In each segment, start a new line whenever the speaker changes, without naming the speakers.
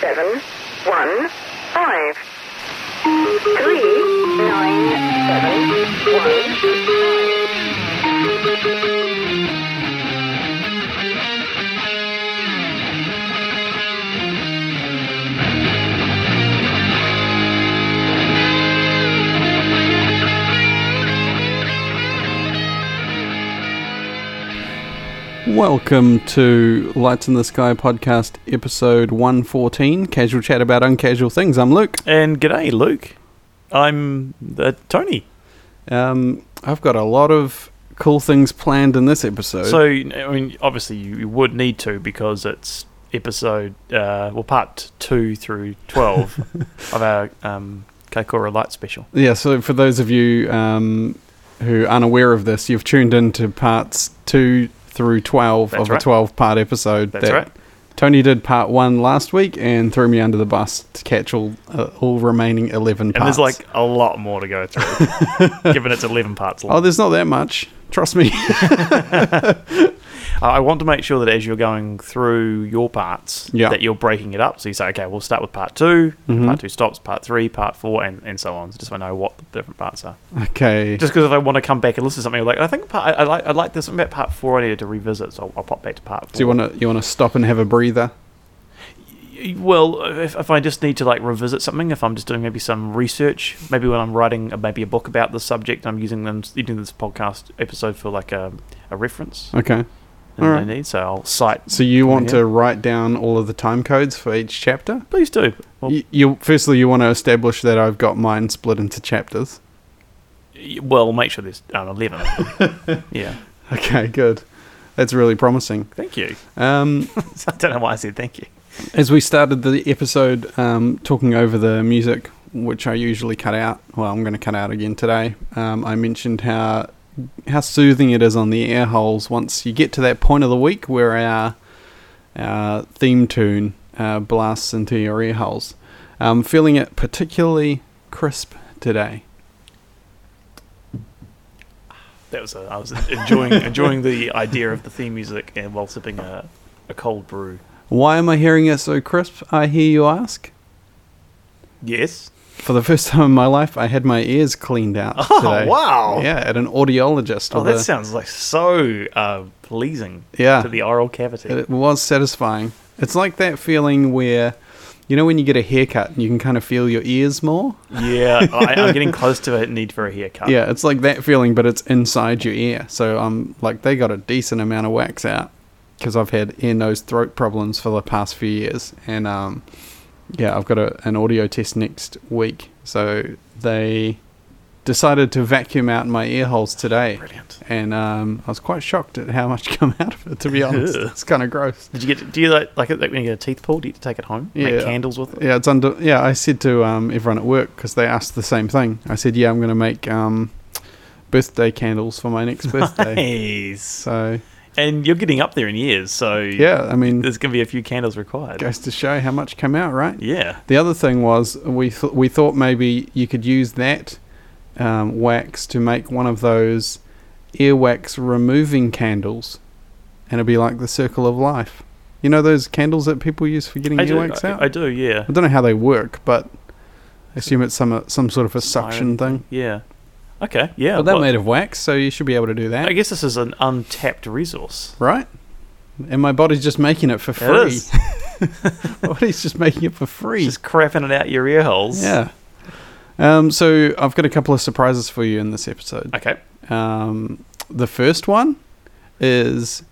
seven one five. Three nine seven one.
Welcome to Lights in the Sky podcast, episode 114 casual chat about uncasual things. I'm Luke.
And g'day, Luke. I'm uh, Tony.
Um, I've got a lot of cool things planned in this episode.
So, I mean, obviously, you you would need to because it's episode, uh, well, part two through 12 of our um, Kaikoura Light special.
yeah, so for those of you um, who aren't aware of this, you've tuned into parts 2 through 12
That's
of a
right.
12 part episode.
That's right.
Tony did part 1 last week and threw me under the bus to catch all, uh, all remaining 11
And
parts.
there's like a lot more to go through, given it's 11 parts
Oh,
long.
there's not that much. Trust me.
I I want to make sure that as you're going through your parts,
Yeah.
that you're breaking it up. So you say, okay, we'll start with part 2
Mhm.
part two stops, part three, part four, and, and so on. So just want to know what the different parts are.
okay.
just because if I want to come back and listen to something, I'm like I think part, I, I like I like this something about part four. I needed to revisit, so I'll, I'll pop back to part four.
Do you want to you want to stop and have a breather?
Y- Well, if, if I just need to like revisit something, if I'm just doing maybe some research, maybe when I'm writing uh, maybe a book about the subject, I'm using them using this podcast episode for like a, a reference
Okay.
that
Alright.
I need. So I'll cite.
So you want
Oh, Yeah.
to write down all of the time codes for each chapter?
Please do. Well,
You, you firstly you want to establish that I've got mine split into chapters.
y- well, make sure there's um, eleven. yeah.
Okay, good. That's really promising.
Thank you.
Um,
I don't know why I said thank you.
as we started the episode um, talking over the music, which I usually cut out, well, I'm going to cut out again today. Um, I mentioned how how soothing it is on the air holes once you get to that point of the week where our our theme tune uh, blasts into your ear holes. I'm feeling it particularly crisp today.
That was a, I was enjoying enjoying the idea of the theme music and while sipping a, a cold brew.
Why am I hearing it so crisp? I hear you ask.
Yes.
For the first time in my life, I had my ears cleaned out
Oh,
today.
wow.
Yeah, at an audiologist.
Oh,
with
that
a-
sounds like so uh, pleasing
Yeah.
to the oral cavity.
It was satisfying. It's like that feeling where, you know, when you get a haircut and you can kind of feel your ears more.
yeah, I, I'm getting close to a need for a haircut.
Yeah, it's like that feeling, but it's inside your ear. So um, like they got a decent amount of wax out because I've had ear, nose, throat problems for the past few years, and um, yeah, I've got a, an audio test next week. So they decided to vacuum out my ear holes today.
Brilliant.
And um, I was quite shocked at how much come out of it. To be honest,
Ugh.
it's kind of gross.
Did you get? Do you like like, it, like when you get a teeth pulled? Do you take it home?
Yeah.
Make candles with it.
Yeah, it's under. Yeah, I said to um, everyone at work because they asked the same thing. I said, "Yeah, I'm going to make um, birthday candles for my next birthday."
Nice.
So
And you're getting up there in years, so
yeah, I mean,
there's gonna be a few candles required.
goes to show how much came out, right?
Yeah.
The other thing was we th- we thought maybe you could use that um, wax to make one of those earwax removing candles, and it'd be like the circle of life. You know those candles that people use for getting
I do,
earwax
I,
out.
I do. Yeah.
I don't know how they work, but I assume it's some uh, some sort of a suction
Siren
thing.
Yeah. Okay. Yeah.
but they're
well,
made of wax, so you should be able to do that,
I guess this is an untapped resource.
right? And my body's just making it for
It
free.
is.
my body's just making it for free.
Just crapping it out your ear holes.
yeah. Um, so I've got a couple of surprises for you in this episode.
Okay.
Um, the first one is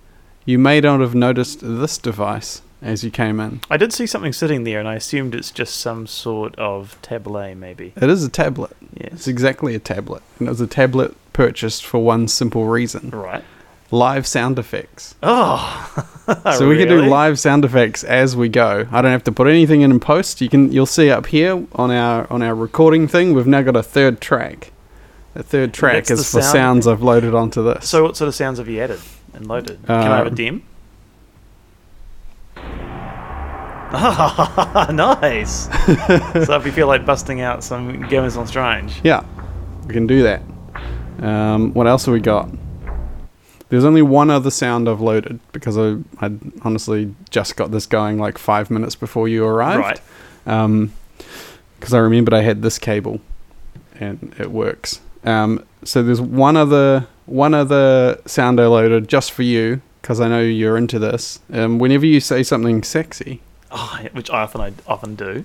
you may not have noticed this device as you came in.
I did see something sitting there, and I assumed it's just some sort of tablet, maybe.
It is a tablet.
Yes.
It's exactly a tablet, and it was a tablet purchased for one simple reason:
Right.
live sound effects.
Oh.
So we can do
Really?
live sound effects as we go. I don't have to put anything in in post. You can you'll see up here on our on our recording thing. We've now got a third track. The third track
That's
is
the
for
sound-
sounds I've loaded onto this.
So what sort of sounds have you added and loaded? Can I have a
Um,
dim? Ah, nice. so if you feel like busting out some Gomez on Strange,
yeah, we can do that. Um, what else have we got? There's only one other sound I've loaded because I I honestly just got this going like five minutes before you arrived. Right. because Um, I remembered I had this cable, and it works. Um, so there's one other one other sound I loaded just for you because I know you're into this. Um, whenever you say something sexy,
Oh, yeah, which I often I often do.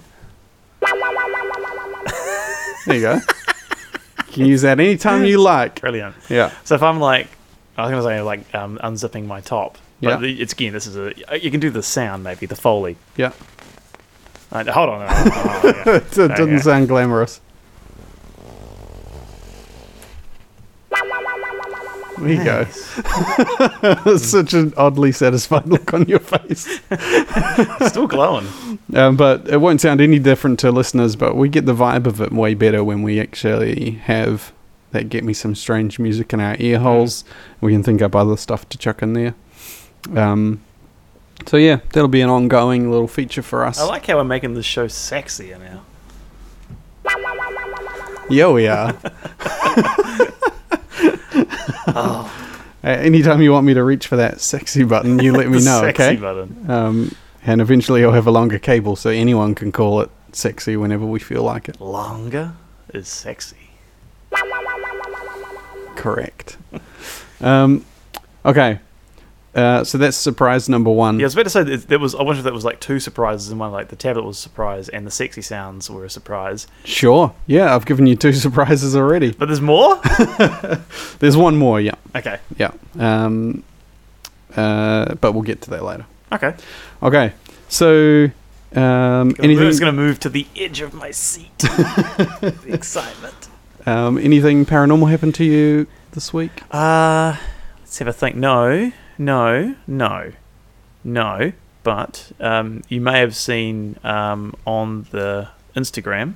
there you go. you can use that anytime you like.
Brilliant.
Yeah.
So if I'm like, I was going to say like um, unzipping my top, but
Yeah.
the- it's again this is a you can do the sound maybe the foley.
Yeah.
Uh, hold on. hold on, Oh, hold on, yeah.
It doesn't
Okay.
sound glamorous. There you go. Such an oddly satisfied look on your face.
Still glowing.
Um, but it won't sound any different to listeners, but we get the vibe of it way better when we actually have that get me some strange music in our
Mm.
ear holes. We can think up other stuff to chuck in there. Um, so, yeah, that'll be an ongoing little feature for us.
I like how we're making this show sexier now.
yeah, we are.
Oh,
Uh, anytime you want me to reach for that sexy button, you let me
the
know,
sexy
okay?
button.
Um, and eventually I'll have a longer cable so anyone can call it sexy whenever we feel like it.
Longer is sexy.
Correct. um, okay. Uh, so that's surprise number one.
Yeah, I was about to say that there was. I wonder if that was like two surprises in one. Like the tablet was a surprise, and the sexy sounds were a surprise.
Sure. Yeah, I've given you two surprises already.
But there's more.
There's one more. Yeah.
okay.
Yeah. Um, uh, but we'll get to that later.
Okay.
Okay. So um,
Anything
anything
is going to move to the edge of my seat. the excitement.
um, anything paranormal happened to you this week?
Uh, let's have a think. No, no, no, no. But um, you may have seen um, on the Instagram.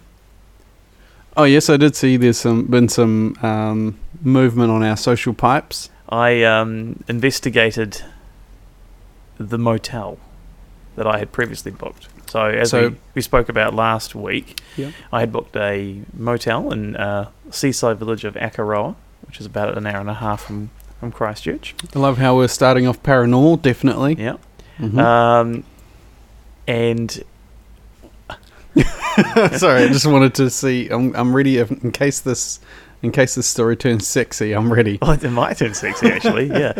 Oh yes, I did see. There's some been some um, movement on our social pipes.
I um, investigated the motel that I had previously booked. So as
So-
we, we spoke about last week,
Yep.
I had booked a motel in uh, seaside village of Akaroa, which is about an hour and a half from, from Christchurch.
I love how we're starting off paranormal. Definitely.
Yeah.
Mhm.
Um, and
Sorry, I just wanted to see. I'm, I'm ready if, in case this in case this story turns sexy. I'm ready.
well, it might turn sexy actually. Yeah.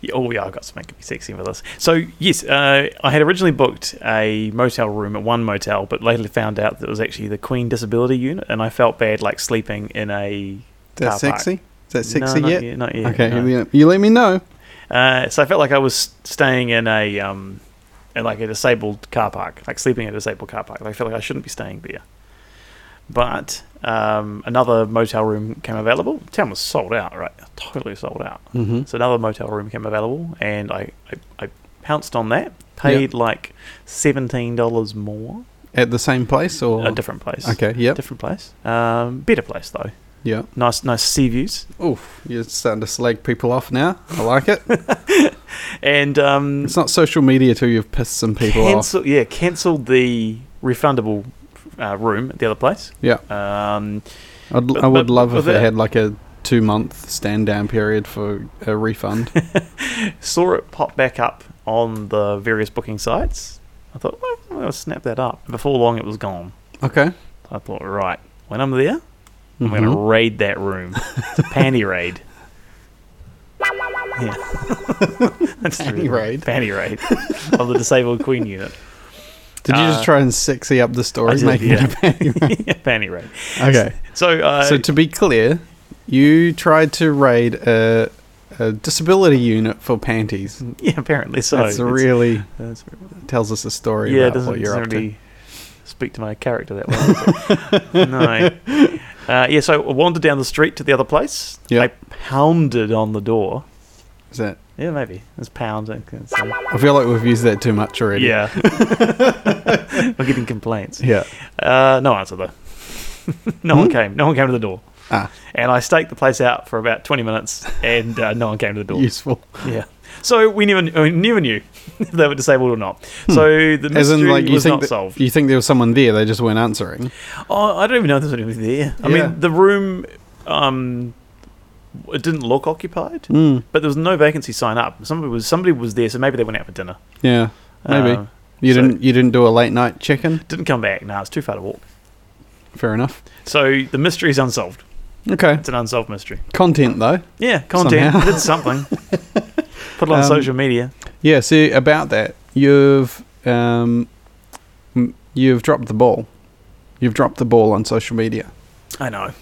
Yeah, Oh yeah, I've got something to be sexy for this. So yes, uh, I had originally booked a motel room at one motel, but later found out that it was actually the Queen Disability Unit, and I felt bad like sleeping in a
Is that
car park.
sexy? Is that sexy
no,
yet?
Not yet, not yet,
okay,
no.
you let- you let me know.
Uh, so I felt like I was staying in a um, in like a disabled car park, like sleeping in a disabled car park. Like, I felt like I shouldn't be staying there. But um, another motel room came available. town was sold out, right? Totally sold out.
Mm-hmm.
So another motel room came available, and I I, I pounced on that. Paid like seventeen dollars more.
At the same place or
A different place.
Okay. Yep.
Different place. Um, better place though.
yeah.
Nice, nice sea views.
Oof, you're starting to slag people off now. I like it.
And um,
it's not social media till you've pissed some people off.
cancel, yeah, cancelled the refundable uh, room at the other place.
Yeah.
Um,
I'd,
But-
I would
but-
love
but
if it
that-
had like a two month stand down period for a refund.
saw it pop back up on the various booking sites. I thought, well, I'll snap that up. Before long, it was gone.
okay.
I thought, right, when I'm there, I'm going to
Mhm.
raid that room. It's a panty raid. Yeah. That's the
Panty
real-
raid.
Panty raid of the disabled queen unit.
Did you just
uh,
try and sexy up the story,
I did,
making it
yeah.
a panty raid?
panty raid.
Okay.
So, uh,
so to be clear, you tried to raid a, a disability unit for panties.
yeah, apparently so.
That's
It's-
really
that's real.
tells us a story
yeah, it
about
doesn't,
what you're
doesn't
up
really speak to my character that way. does it? no. Uh, yeah, so I wandered down the street to the other place.
Yeah.
I pounded on the door.
to. Is that?
Yeah, maybe. It's pounding. It's, uh,
I feel like we've used that too much already.
yeah. We're getting complaints.
Yeah.
Uh, no answer, though. no one
Hmm?
came. No one came to the door.
Ah,
And I staked the place out for about 20 minutes, and uh, no one came to the door.
useful.
Yeah. So we never, we never knew if they were disabled or not. So the mystery
Hmm. As in, like you
was
think
not
that-
solved.
you think there was someone there, they just weren't answering.
Oh, I don't even know if there's anybody there. I
Yeah.
mean, the room, um, it didn't look occupied,
Mm,
but there was no vacancy sign up. Somebody was somebody was there, so maybe they went out for dinner.
yeah, maybe
Uh,
you
so-
didn't you didn't do a late night check-in.
didn't come back. Nah, it's too far to walk.
Fair enough.
So the mystery is unsolved.
Okay,
It's an unsolved mystery.
content though.
Yeah, content.
Somehow.
Did something. Put it on
Um,
social media.
Yeah, see about that. You've um, m- you've dropped the ball. You've dropped the ball on social media.
I know.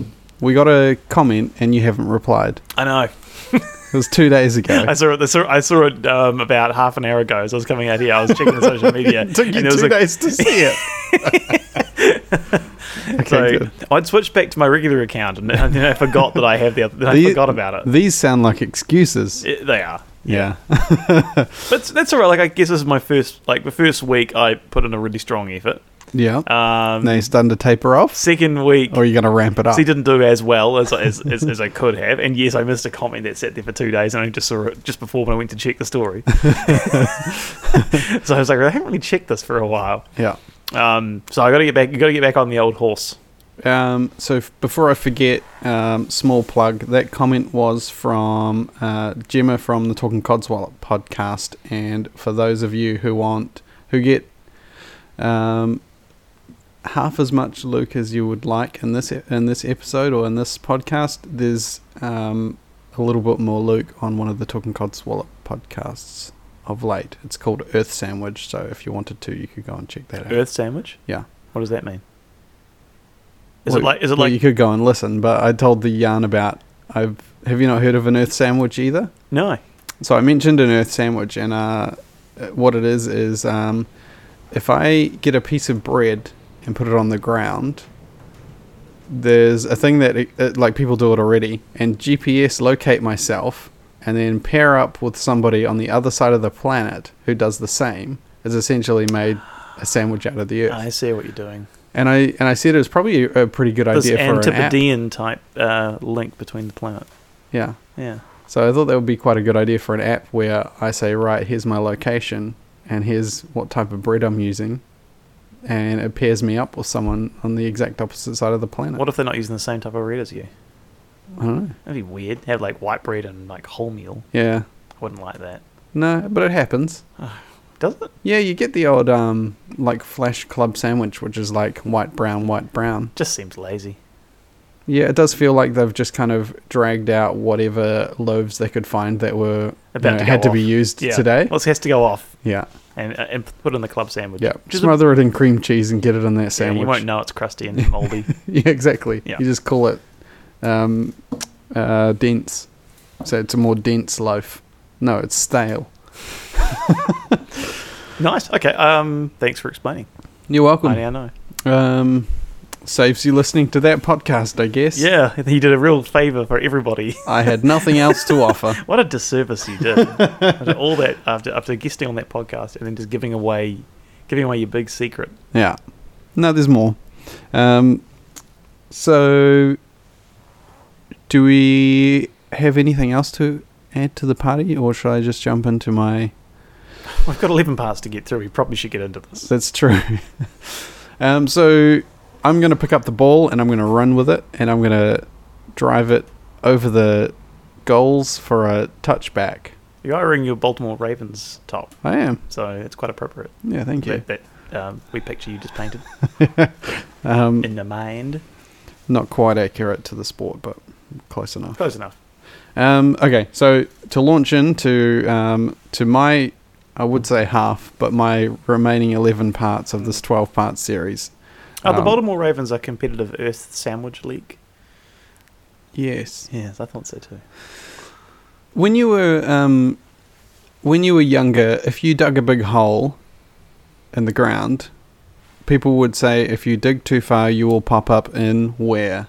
We got a comment and you haven't replied.
I know.
It was two days ago.
I saw it. I saw, I saw it um, about half an hour ago. As I was coming out here, I was checking the social media.
It took you
and there was
two
a-
days to see it. okay,
So
good.
I'd switched back to my regular account, and then I forgot that I have the. Other, that I
The-
forgot about it.
These sound like excuses.
It- They are.
yeah.
But that's all right. Like I guess this is my first. Like the first week, I put in a really strong effort.
yeah.
Um,
now you're starting to taper off,
Second week,
or are you going to ramp it up?
He didn't do as well as, as, as, as I could have. And yes, I missed a comment that sat there for two days and I just saw it just before when I went to check the story. so I was like, I haven't really checked this for a while.
Yeah.
Um, so I got to get back. You got to get back on the old horse.
Um, so f- before I forget, um, small plug. That comment was from uh, Gemma from the Talking Codswallop podcast, and for those of you who want who get um, half as much Luke as you would like in this e- in this episode or in this podcast, there's um, a little bit more Luke on one of the Talking Codswallop podcasts of late. It's called Earth Sandwich. So if you wanted to, you could go and check that out.
Earth sandwich.
Yeah.
What does that mean? Is
Well,
it like? Is it
well,
like?
you could go and listen? But I told the yarn about I've have you not heard of an Earth sandwich either?
no.
So I mentioned an Earth sandwich, and uh, what it is is um, if I get a piece of bread and put it on the ground, there's a thing that it, it, like people do it already, and GPS locate myself, and then pair up with somebody on the other side of the planet who does the same. Is essentially made a sandwich out of the earth,
I see what you're doing.
and I and I said it was probably a, a pretty good
This
idea for an app.
Antipodean type uh, link between the planet.
Yeah.
Yeah.
So I thought that would be quite a good idea for an app where I say, right, here's my location and here's what type of bread I'm using. And it pairs me up with someone on the exact opposite side of the planet.
What if they're not using the same type of bread as you?
I don't know.
That'd be weird. Have like white bread and like wholemeal.
Yeah.
I wouldn't like that.
No, but it happens.
Does it?
Yeah, you get the old um like flash club sandwich, which is like white brown, white brown.
Just seems lazy.
Yeah, it does feel like they've just kind of dragged out whatever loaves they could find that were you
About
know,
to go
had to be
off.
used
Yeah.
today.
Well, it has to go off
Yeah,
and uh, and put in the club sandwich.
yeah.
Which is a-
Smother it in cream cheese and get it in that
yeah,
sandwich.
you won't know it's crusty and moldy.
Yeah, exactly.
Yeah.
You just call it um, uh, dense. So it's a more dense loaf. No, it's stale.
nice. Okay. Um. Thanks for explaining.
You're
I
welcome.
now know.
Um, saves you listening to that podcast, I guess.
Yeah, he did a real favour for everybody.
I had nothing else to offer.
what a disservice you did. after all that after after guesting on that podcast and then just giving away, giving away your big secret.
Yeah. No, there's more. Um, so, do we have anything else to add to the party, or should I just jump into my
We've got eleven parts to get through. We probably should get into this.
That's true. um, so I'm going to pick up the ball and I'm going to run with it and I'm going to drive it over the goals for a touchback.
You are wearing your Baltimore Ravens top,
I am.
so it's quite appropriate.
Yeah, thank you.
That, that um, we picture you just painted
Um,
in the mind.
not quite accurate to the sport, but close enough.
Close enough.
Um, okay, so to launch into um, to my, I would say half, but my remaining eleven parts of this twelve-part series.
Are Uh, the
Um,
Baltimore Ravens a competitive Earth sandwich league?
Yes.
Yes, I thought so too.
When you were um, when you were younger, if you dug a big hole in the ground, people would say if you dig too far, you will pop up in where.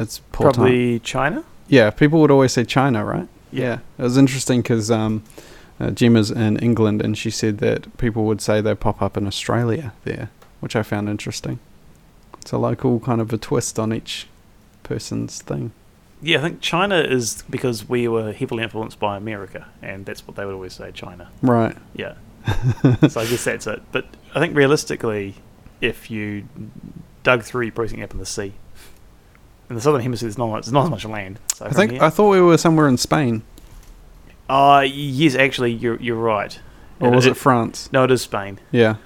It's poor time.
Probably China.
Yeah, people would always say China, right?
Yeah.
it was interesting because um, uh, Gemma's in England, and she said that people would say they pop up in Australia there, which I found interesting. It's a local kind of a twist on each person's thing.
Yeah, I think China is because we were heavily influenced by America, and that's what they would always say, China.
Right.
Yeah. so I guess that's it. But I think realistically, if you dug through, you probably think up in the sea. in the southern hemisphere, there's not much, there's not as much land. So
I
from
think
here-
I thought we were somewhere in Spain,
uh, yes, actually, you're you're right.
or was it France?
No, it is Spain.
Yeah.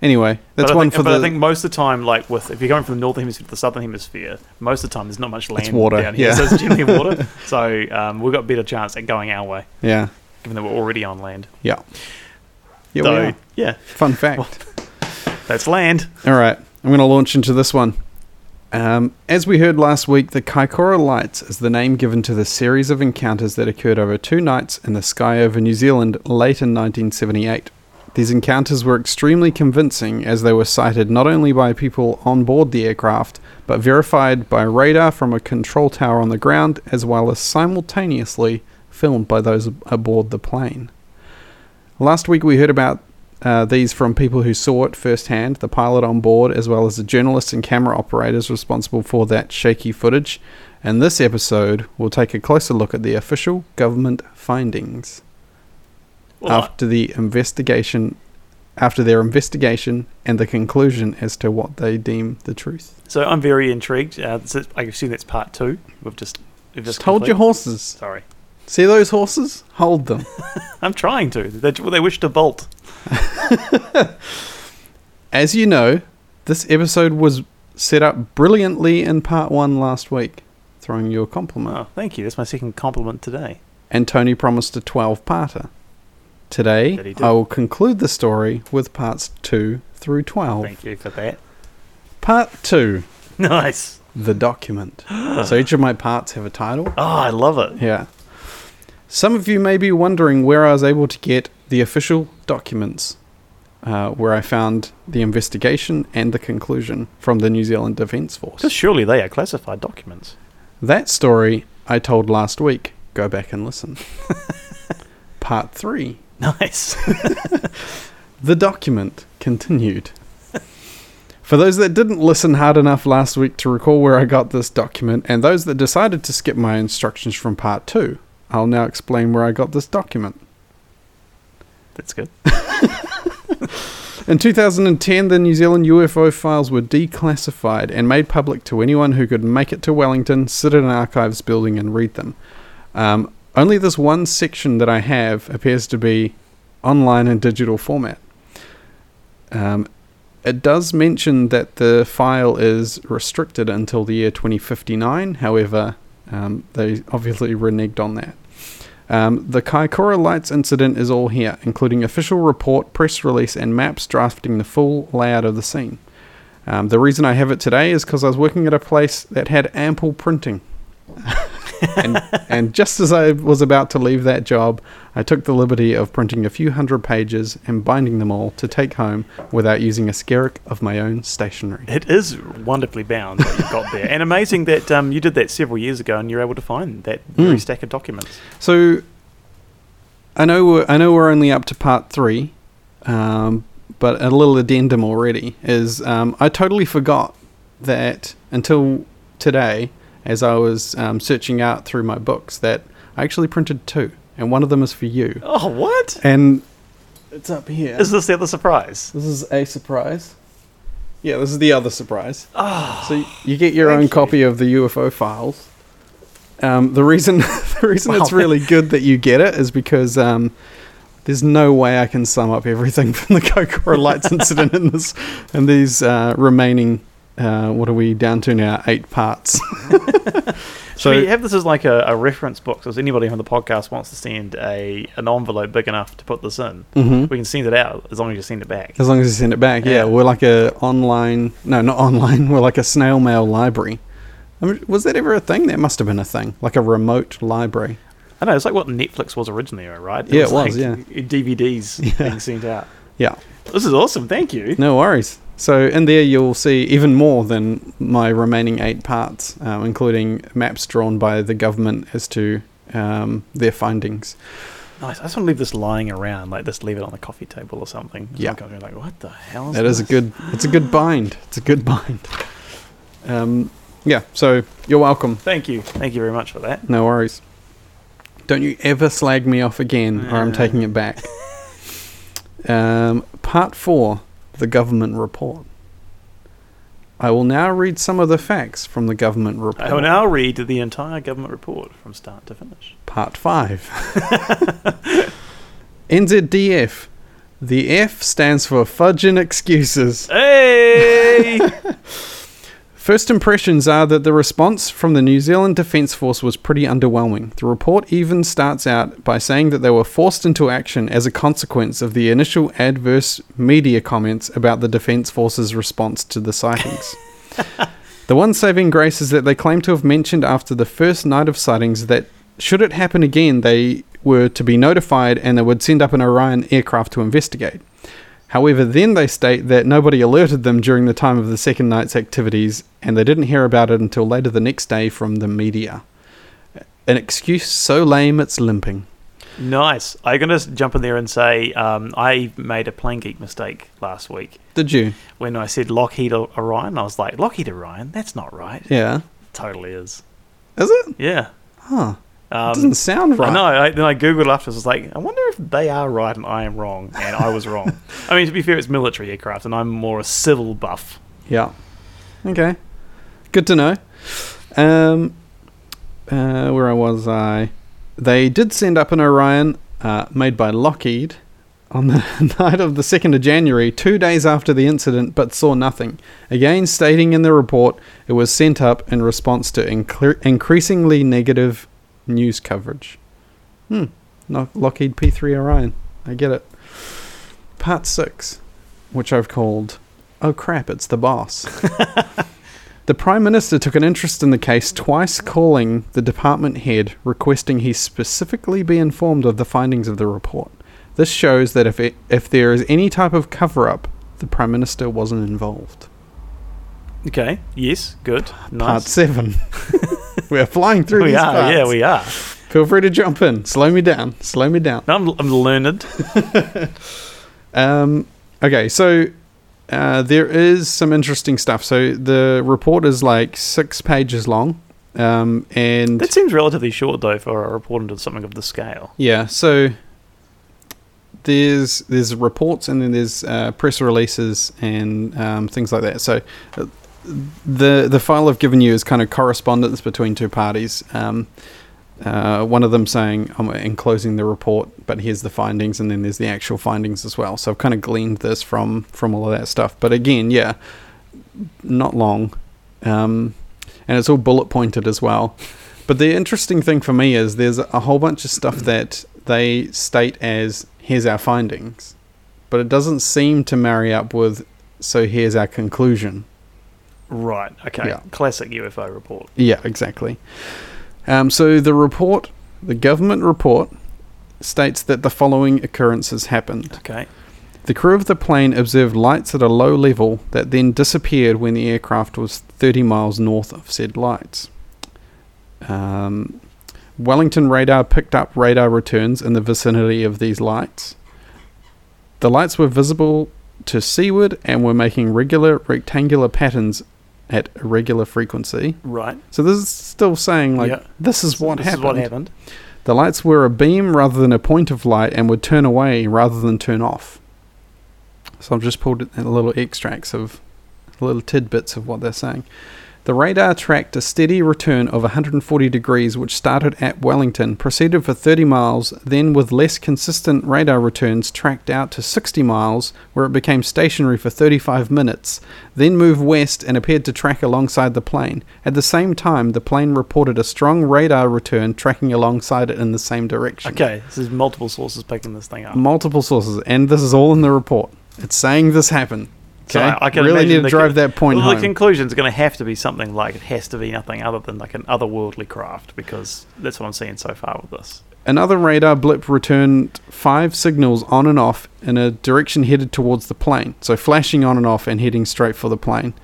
Anyway, that's
but I
one
think,
for
but
the.
I think most of the time, like with if you're going from the northern hemisphere to the southern hemisphere, most of the time there's not much land
water,
down here,
yeah.
so it's generally water. So um, we've got better chance at going our way,
yeah,
given that we're already on land.
yeah, yeah.
so
we are.
yeah,
Fun fact.
that's land.
All right, I'm going to launch into this one. Um, as we heard last week, the Kaikoura Lights is the name given to the series of encounters that occurred over two nights in the sky over New Zealand late in 1978. These encounters were extremely convincing as they were sighted not only by people on board the aircraft, but verified by radar from a control tower on the ground, as well as simultaneously filmed by those aboard the plane. Last week, we heard about uh, these from people who saw it firsthand, the pilot on board, as well as the journalists and camera operators responsible for that shaky footage. And this episode, we'll take a closer look at the official government findings
Well,
after the investigation, after their investigation, and the conclusion as to what they deem the truth.
so I'm very intrigued. Uh, so I assume that's part two. We've just we've just
Just hold your
complete-
horses.
Sorry,
See those horses? Hold them.
I'm trying to. They, well, they wish to bolt.
As you know, this episode was set up brilliantly in part one last week. Throwing you a compliment.
Oh, thank you. That's my second compliment today.
and Tony promised a 12 parter.
That he
Today,
did.
I will conclude the story with parts 2 through 12.
Thank you for that.
Part 2
Nice.
The Document. so each of my parts have a title.
Oh, I love it.
Yeah. Some of you may be wondering where I was able to get the official documents uh, where I found the investigation and the conclusion from the New Zealand Defence Force.
Because surely they are classified documents.
That story I told last week. Go back and listen. Part 3
Nice.
The document continued. For those that didn't listen hard enough last week to recall where I got this document, and those that decided to skip my instructions from part two, I'll now explain where I got this document.
That's good.
In 2010, the New Zealand UFO files were declassified and made public to anyone who could make it to Wellington, sit in an archives building, and read them. Um, only this one section that I have appears to be online in digital format. Um, it does mention that the file is restricted until the year 2059. However, um, they obviously reneged on that. Um, the Kaikoura Lights incident is all here, including official report, press release, and maps drafting the full layout of the scene. Um, the reason I have it today is because I was working at a place that had ample printing. and, and just as I was about to leave that job, I took the liberty of printing a few hundred pages and binding them all to take home without using a skerrick of my own stationery.
It is wonderfully bound what you've got there. And amazing that um, you did that several years ago and you're able to find that very
Mm.
stack of documents.
So, I know we're, I know we're only up to part three, um, but a little addendum already is um, I totally forgot that until today, as I was um, searching out through my books, that I actually printed two, and one of them is for you,
Oh, what?
and it's up here.
Is this the other surprise?
This is a surprise. Yeah, this is the other surprise. so you get your own
thank you.
copy of the UFO files. Um, the reason the reason it's
Wow.
really good that you get it is because um, there's no way I can sum up everything from the Kokoro Lights incident in this and these uh, remaining. Uh, what are we down to now? Eight parts.
So we have this as like a, a reference box. So if anybody on the podcast wants to send a an envelope big enough to put this in,
Mhm.
we can send it out as long as you send it back.
As long as you send it back, yeah.
Yeah.
We're like a online, no, not online. We're like a snail mail library. I mean, was that ever a thing? That must have been a thing, like a remote library.
I know it's like what Netflix was originally, right?
Yeah, it was,
like DVDs being sent out.
Yeah,
This is awesome. Thank you.
no worries. So in there, you'll see even more than my remaining eight parts, um, including maps drawn by the government as to um, their findings.
Nice. I just want to leave this lying around, like just leave it on the coffee table or something. It's
Yeah.
not gonna be like what the hell? Is
That is a
this?"
good. It's a good bind. It's a good bind. Um, yeah. So you're welcome.
Thank you. Thank you very much for that.
No worries. Don't you ever slag me off again, or I'm
Yeah.
taking it back. um, part four: the government report. I will now read some of the facts from the government report.
I will now read the entire government report from start to finish.
Part 5. NZDF. The F stands for fudging excuses.
Hey!
First impressions are that the response from the New Zealand Defence Force was pretty underwhelming. The report even starts out by saying that they were forced into action as a consequence of the initial adverse media comments about the Defence Force's response to the sightings. the one saving grace is that they claim to have mentioned after the first night of sightings that should it happen again, they were to be notified and they would send up an Orion aircraft to investigate. However, then they state that nobody alerted them during the time of the second night's activities, and they didn't hear about it until later the next day from the media. An excuse so lame it's limping.
nice. I'm going to jump in there and say um, I made a plain geek mistake last week
Did you?
when I said Lockheed O- Orion. I was like, Lockheed Orion? That's not right.
Yeah.
totally is.
Is it?
Yeah.
Huh.
Um,
Doesn't sound right.
I know. I, then I googled afterwards. I was like, I wonder if they are right and I am wrong, and I was wrong. I mean, to be fair, it's military aircraft, and I'm more a civil buff.
Yeah. Okay. Good to know. Um, uh, where was I? They did send up an Orion uh, made by Lockheed on the night of the 2nd of January, two days after the incident, but saw nothing. Again, stating in the report it was sent up in response to incre- increasingly negative news coverage. Hmm. Not Lockheed P3 Orion. I get it. Part 6, which I've called Oh crap, it's the boss. the Prime Minister took an interest in the case, twice calling the department head, requesting he specifically be informed of the findings of the report. This shows that if, it, if there is any type of cover up, the Prime Minister wasn't involved.
Okay. Yes. Good.
Part
Nice.
7. We're flying through
we
these
are.
parts.
Yeah, we are.
Feel free to jump in. Slow me down. Slow me down.
No, I'm, I'm learned.
Um, okay, so uh, there is some interesting stuff. So the report is like six pages long, um, and
That seems relatively short, though, for a report into something of the scale.
yeah, so there's there's reports and then there's uh, press releases and um, things like that. So uh, the the file I've given you is kind of correspondence between two parties. Um, uh, one of them saying I'm enclosing the report, but here's the findings, and then there's the actual findings as well. So I've kind of gleaned this from from all of that stuff. But again, yeah, not long, um, and it's all bullet pointed as well. But the interesting thing for me is there's a whole bunch of stuff that they state as here's our findings, but it doesn't seem to marry up with so here's our conclusion.
Right. Okay.
Yeah.
Classic UFO report.
Yeah, exactly. Um, so the report, the government report, states that the following occurrences happened.
Okay.
The crew of the plane observed lights at a low level that then disappeared when the aircraft was 30 miles north of said lights. Um, Wellington radar picked up radar returns in the vicinity of these lights. The lights were visible to seaward and were making regular rectangular patterns at irregular frequency.
Right.
So this is still saying like
Yeah.
this is what
this
happened.
is what happened.
The lights were a beam rather than a point of light and would turn away rather than turn off. So I've just pulled in little extracts of little tidbits of what they're saying. The radar tracked a steady return of 140 degrees, which started at Wellington, proceeded for 30 miles, then, with less consistent radar returns, tracked out to 60 miles, where it became stationary for 35 minutes, then moved west and appeared to track alongside the plane. At the same time, the plane reported a strong radar return tracking alongside it in the same direction.
Okay. This is multiple sources picking this thing up.
Multiple sources, and this is all in the report. It's saying this happened.
So
Okay,
I, I can
really
imagine
need to
the-
drive that point
well,
home.
The conclusion is going to have to be something like it has to be nothing other than like an otherworldly craft because that's what I'm seeing so far with this.
Another radar blip returned five signals on and off in a direction headed towards the plane, so flashing on and off and heading straight for the plane,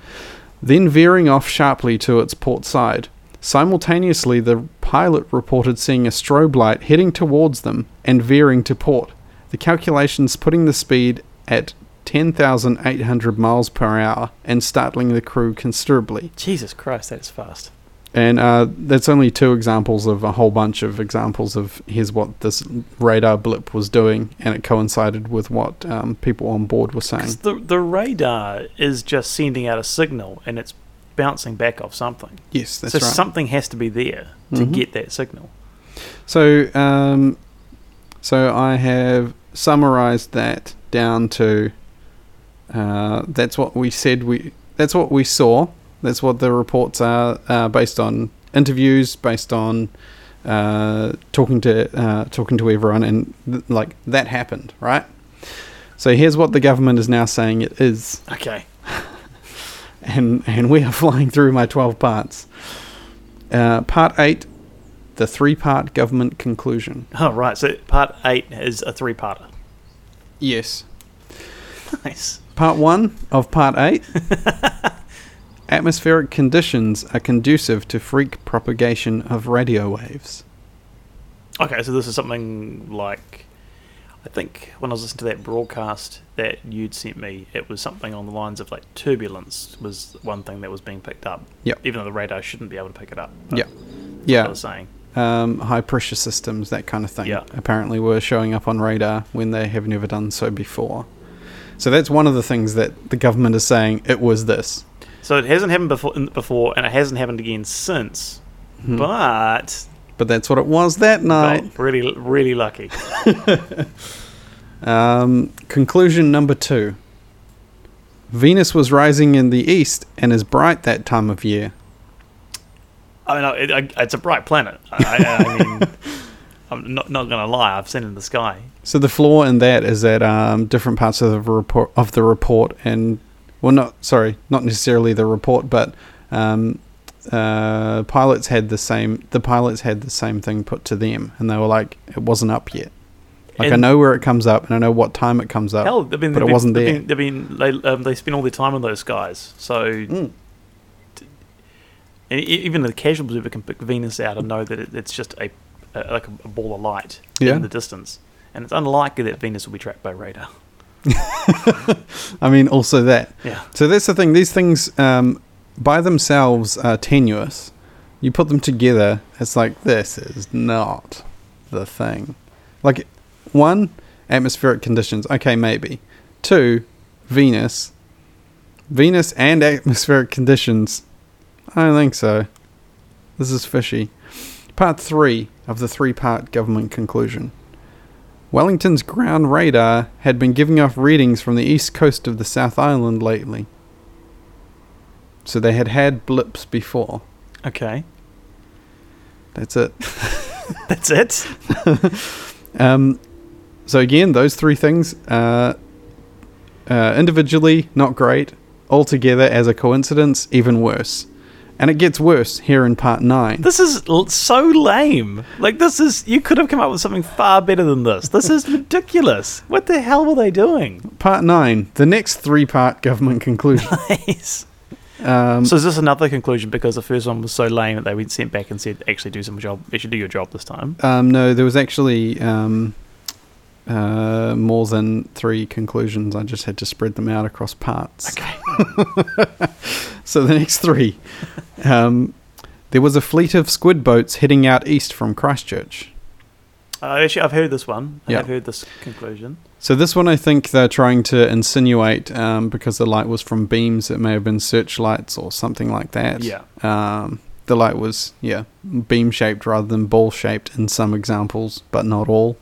then veering off sharply to its port side. Simultaneously, the pilot reported seeing a strobe light heading towards them and veering to port. The calculations putting the speed at 10,800 miles per hour and startling the crew considerably.
Jesus Christ, that is fast.
And uh, that's only two examples of a whole bunch of examples of here's what this radar blip was doing, and it coincided with what um, people on board were saying.
'Cause the, the radar is just sending out a signal and it's bouncing back off something.
Yes, that's
so
right.
something has to be there to
Mhm.
get that signal.
So, um, so I have summarized that down to uh, that's what we said we that's what we saw. That's what the reports are uh, based on interviews, based on uh, talking to uh, talking to everyone, and th- like that happened, right? So here's what the government is now saying it is,
Okay.
and and we are flying through my twelve parts. Uh, part eight, the three-part government conclusion.
Oh, right. So part eight is a three parter.
Yes.
Nice.
Part one of part eight. Atmospheric conditions are conducive to freak propagation of radio waves.
Okay, so this is something like I think when I was listening to that broadcast that you'd sent me, it was something on the lines of like turbulence was one thing that was being picked up.
Yep.
Even though the radar shouldn't be able to pick it up. but
Yeah.
that's What I
Yeah.
was saying.
Um, high pressure systems, that kind of thing.
Yeah.
Apparently were showing up on radar when they have never done so before. So that's one of the things that the government is saying it was this.
So it hasn't happened before, in- before, and it hasn't happened again since. But
But that's what it was that night.
got really, really lucky.
Um, conclusion number two Venus was rising in the east and is bright that time of year.
I mean, I- it, I, it's a bright planet. I, I, I mean, I'm not not going to lie. I've seen it in the sky.
So the flaw in that is that um, different parts of the report of the report and well, not sorry, not necessarily the report, but um, uh, pilots had the same. The pilots had the same thing put to them, and they were like, "It wasn't up yet." Like I
And-
know where it comes up, and I know what time it comes up.
Hell, I mean,
but it
they've
wasn't
been,
there.
they've Been, they've been, they, um, they spend all their time on those guys. So
Hmm. Mm.
t- and e- even the casual observer can pick Venus out and know that it, it's just a, a like a, ball of light
Yeah.
in the distance. And it's unlikely that Venus will be tracked by radar.
I mean, also that.
Yeah.
So that's the thing. These things um, by themselves are tenuous. You put them together, it's like this is not the thing. Like one, atmospheric conditions. Okay, maybe. Two, Venus. Venus and atmospheric conditions. I don't think so. This is fishy. Part three of the three part government conclusion. Wellington's ground radar had been giving off readings from the east coast of the South Island lately. So they had had blips before.
Okay.
That's it.
That's it.
Um, so again, those three things uh, uh, individually not great, altogether as a coincidence even worse, and it gets worse here in part nine.
This is l- so lame. Like this is you could have come up with something far better than this. This is ridiculous. What the hell were they doing?
part nine, the next three-part government conclusion.
Nice.
Um,
So is this another conclusion because the first one was so lame that they went sent back and said, actually do some job actually do your job this time.
um, no, there was actually um, uh, more than three conclusions. I just had to spread them out across parts.
Okay.
So the next three. Um, there was a fleet of squid boats heading out east from Christchurch.
Uh, actually I've heard this one.
Yeah.
I've heard this conclusion.
So this one, I think they're trying to insinuate um, because the light was from beams. It may have been searchlights or something like that.
Yeah.
Um, the light was yeah beam shaped rather than ball shaped in some examples, but not all.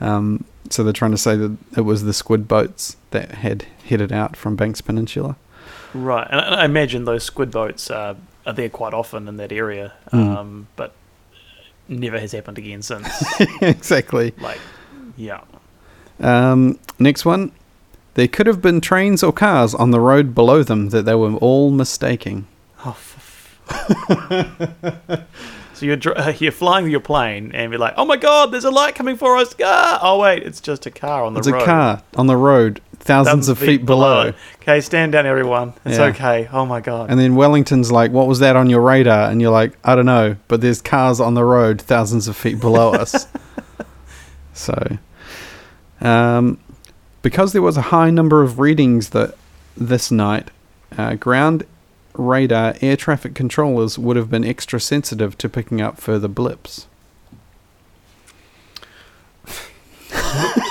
Um, so they're trying to say that it was the squid boats that had headed out from Banks Peninsula.
Right. And I, and I imagine those squid boats uh, are there quite often in that area.
Mm.
Um, but never has happened again since.
exactly.
like yeah.
Um, next one. There could have been trains or cars on the road below them that they were all mistaking.
Oh, f- f- so you're dr- you're flying your plane and be like, oh my god, there's a light coming for us. Ah! Oh wait, it's just a car on the
It's
road.
a car on the road, thousands, of feet, below.
Okay, stand down, everyone. It's
Yeah.
okay. Oh my god.
And then Wellington's like, "What was that on your radar?" And you're like, "I don't know, but there's cars on the road, thousands of feet below us." So, um, because there was a high number of readings that this night, uh, ground radar, air traffic controllers would have been extra sensitive to picking up further blips.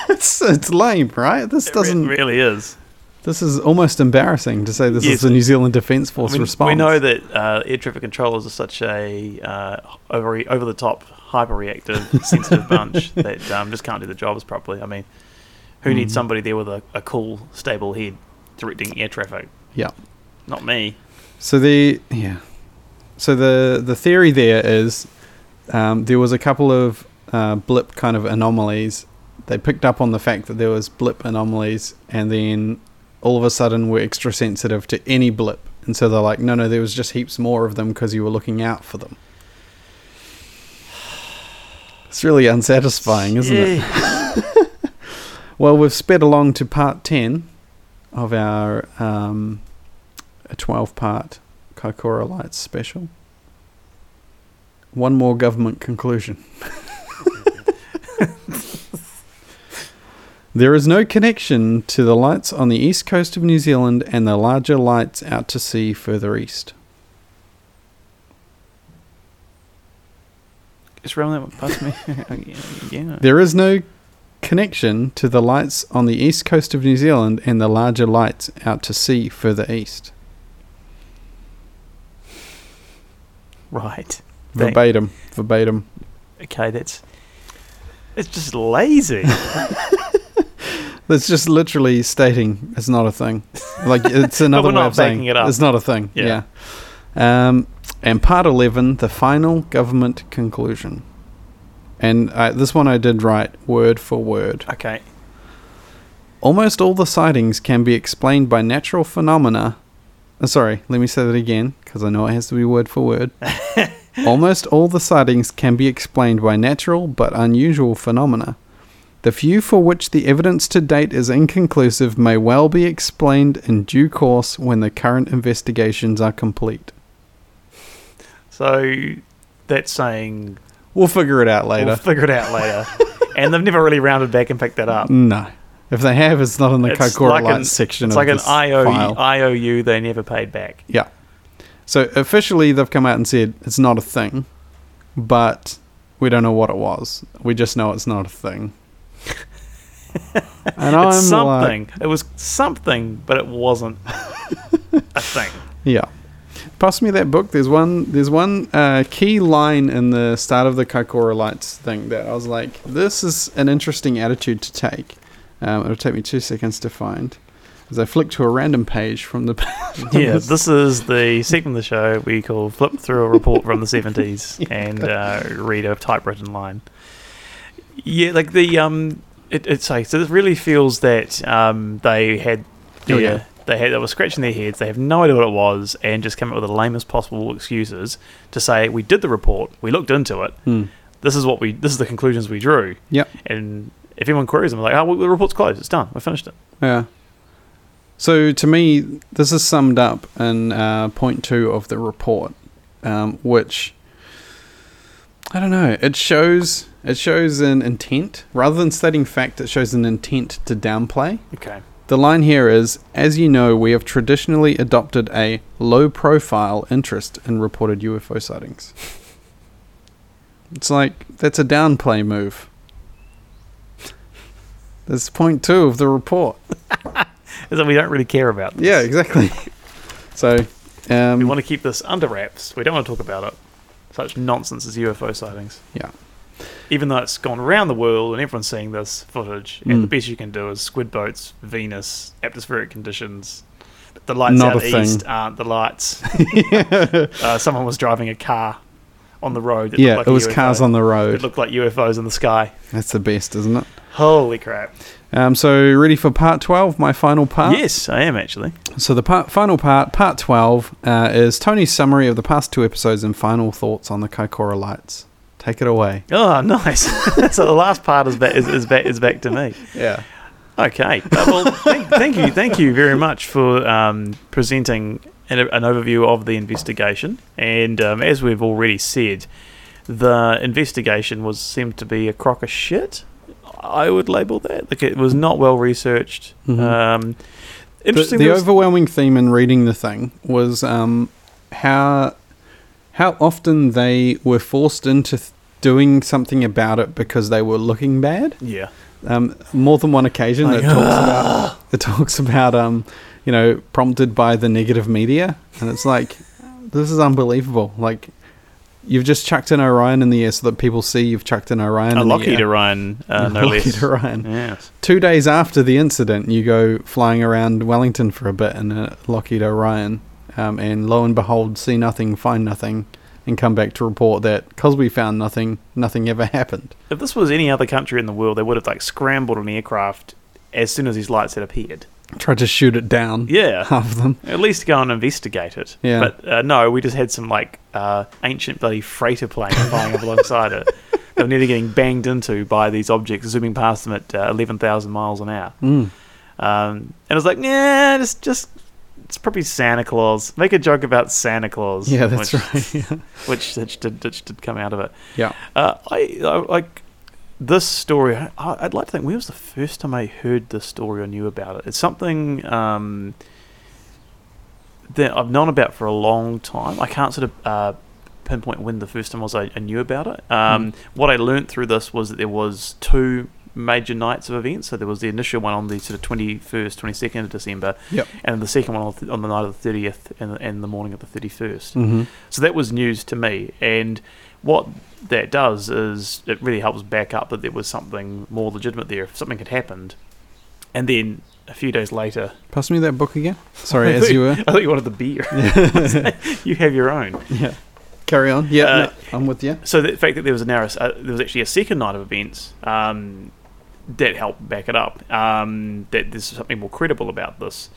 it's, it's lame, right? This
It re-
doesn't.
really is.
This is almost embarrassing to say this
Yes.
is the New Zealand Defence
I
Force
mean,
response.
We know that uh, air traffic controllers are such a uh, over over the top, hyperreactive, sensitive bunch that um, just can't do the jobs properly. I mean, who
Mm-hmm.
needs somebody there with a, a cool, stable head directing air traffic?
Yeah.
Not me.
So the yeah, so the the theory there is um, there was a couple of uh, blip kind of anomalies. They picked up on the fact that there was blip anomalies, and then all of a sudden were extra sensitive to any blip, and so they're like, no, no, there was just heaps more of them because you were looking out for them. It's really unsatisfying, isn't it? Well, we've sped along to part 10 of our um, 12 part Kaikoura Lights special. One more government conclusion. there is no connection to the lights on the east coast of New Zealand and the larger lights out to sea further east.
Just run that one past me. yeah.
There is no connection to the lights on the east coast of New Zealand and the larger lights out to sea further east.
Right. Thank-
Verbatim. Verbatim.
Okay, that's. It's just lazy.
That's just literally stating it's not a thing. Like it's another
we're
way
not
of saying
making it up.
it's not a thing. Yeah.
Yeah.
Um, and part eleven, the final government conclusion. And uh, this one I did write word for word.
okay.
Almost all the sightings can be explained by natural phenomena. Uh, sorry, let me say that again because I know it has to be word for word. Almost all the sightings can be explained by natural but unusual phenomena. The few for which the evidence to date is inconclusive may well be explained in due course when the current investigations are complete.
So that's saying
We'll figure it out
we'll
later.
figure it out later. and they've never really rounded back and picked that up.
no. If they have, it's not in the
It's
Kaikoura
like an-
Lights section
It's
of
like an
this file.
IOU, IOU they never paid back.
Yeah. So officially, they've come out and said it's not a thing, but we don't know what it was. We just know it's not a thing. And I'm
it's
like,
something. it was something, but it wasn't a thing.
yeah. Pass me that book. There's one. There's one uh, key line in the start of the Kaikoura Lights thing that I was like, this is an interesting attitude to take. Um, it'll take me two seconds to find. As I flick to a random page from the
Yeah, this is the segment of the show we call Flip Through a Report from the 70s and uh, read a typewritten line. Yeah, like the. um, it, It's like. So this really feels that um, they had.
Oh,
their-
yeah.
They, had, they were scratching their heads. They have no idea what it was, and just came up with the lamest possible excuses to say we did the report, we looked into it,
Hmm.
this is what we this is the conclusions we drew
Yep.
and if anyone queries them like oh well, the report's closed it's done we finished it
Yeah. So to me, this is summed up in uh, point two of the report, um, which I don't know. It shows it shows an intent rather than stating fact. It shows an intent to downplay.
okay
The line here is, as you know, we have traditionally adopted a low-profile interest in reported UFO sightings. It's like that's a downplay move. That's point two of the report.
is that we don't really care about this
Yeah, exactly. So, um,
we want to keep this under wraps we don't want to talk about it such nonsense as UFO sightings
yeah,
even though it's gone around the world and everyone's seeing this footage and the
Mm.
best you can do is squid boats Venus atmospheric conditions the lights
Not
out
a thing.
east aren't the lights uh, someone was driving a car on the road that
yeah.
looked like
it was
a UFO.
cars on the
it
road.
looked like UFOs in the sky
That's the best, isn't it?
holy crap
Um, so, ready for part twelve, my final part.
yes I am actually
So the part, final part, part twelve, uh, is Tony's summary of the past two episodes and final thoughts on the Kaikoura lights. Take it away.
Oh, nice. so the last part is back, is, is back is back to me.
Yeah.
Okay. Uh, well, thank, thank you, thank you very much for um, presenting an, an overview of the investigation. And um, as we've already said, the investigation was seemed to be a crock of shit. I would label that. Like it was not well researched.
Mhm.
Um, Interesting.
The, the
there was-
overwhelming theme in reading the thing was um, how how often they were forced into th- doing something about it because they were looking bad.
yeah.
Um, more than one occasion that
Like, ah!
talks about it talks about um, you know prompted by the negative media, and it's like this is unbelievable. Like you've just chucked in Orion in the air so that people see you've chucked in Orion.
A
in
Lockheed
the air.
Orion, uh, no
Lockheed
less.
Orion
Yes.
two days after the incident, you go flying around Wellington for a bit in a Lockheed Orion, um, and lo and behold, see nothing, find nothing, and come back to report that because we found nothing, nothing ever happened.
If this was any other country in the world, they would have like scrambled an aircraft as soon as these lights had appeared.
Tried to shoot it down.
Yeah.
half of them.
At least go and investigate it.
Yeah.
But uh, no, we just had some like uh, ancient bloody freighter plane flying up alongside it. They were nearly getting banged into by these objects zooming past them at uh, eleven thousand miles an hour.
Mm.
Um, and I was like, nah, just just it's probably Santa Claus. Make a joke about Santa Claus.
Yeah, that's
which,
right. Yeah.
Which, which did which did come out of it.
yeah,
Uh, I, I like this story. I, I'd like to think when was the first time I heard this story or knew about it. It's something um, that I've known about for a long time. I can't sort of uh, pinpoint when the first time was I, I knew about it. Um, What I learnt through this was that there was two major nights of events. So there was the initial one on the sort of twenty first, twenty second of December,
Yep.
and the second one on the, on the night of the thirtieth and, and the morning of the thirty
Mhm.
so that was news to me. And what that does is it really helps back up that there was something more legitimate there. If something had happened, and then a few days later,
Pass me that book again. Sorry, as you were.
I thought you wanted the beer. you have your own.
Yeah, carry on. Yeah,
Uh,
no, I'm with you.
So the fact that there was a narrow, uh, there was actually a second night of events um, that helped back it up. Um, that there's something more credible about this.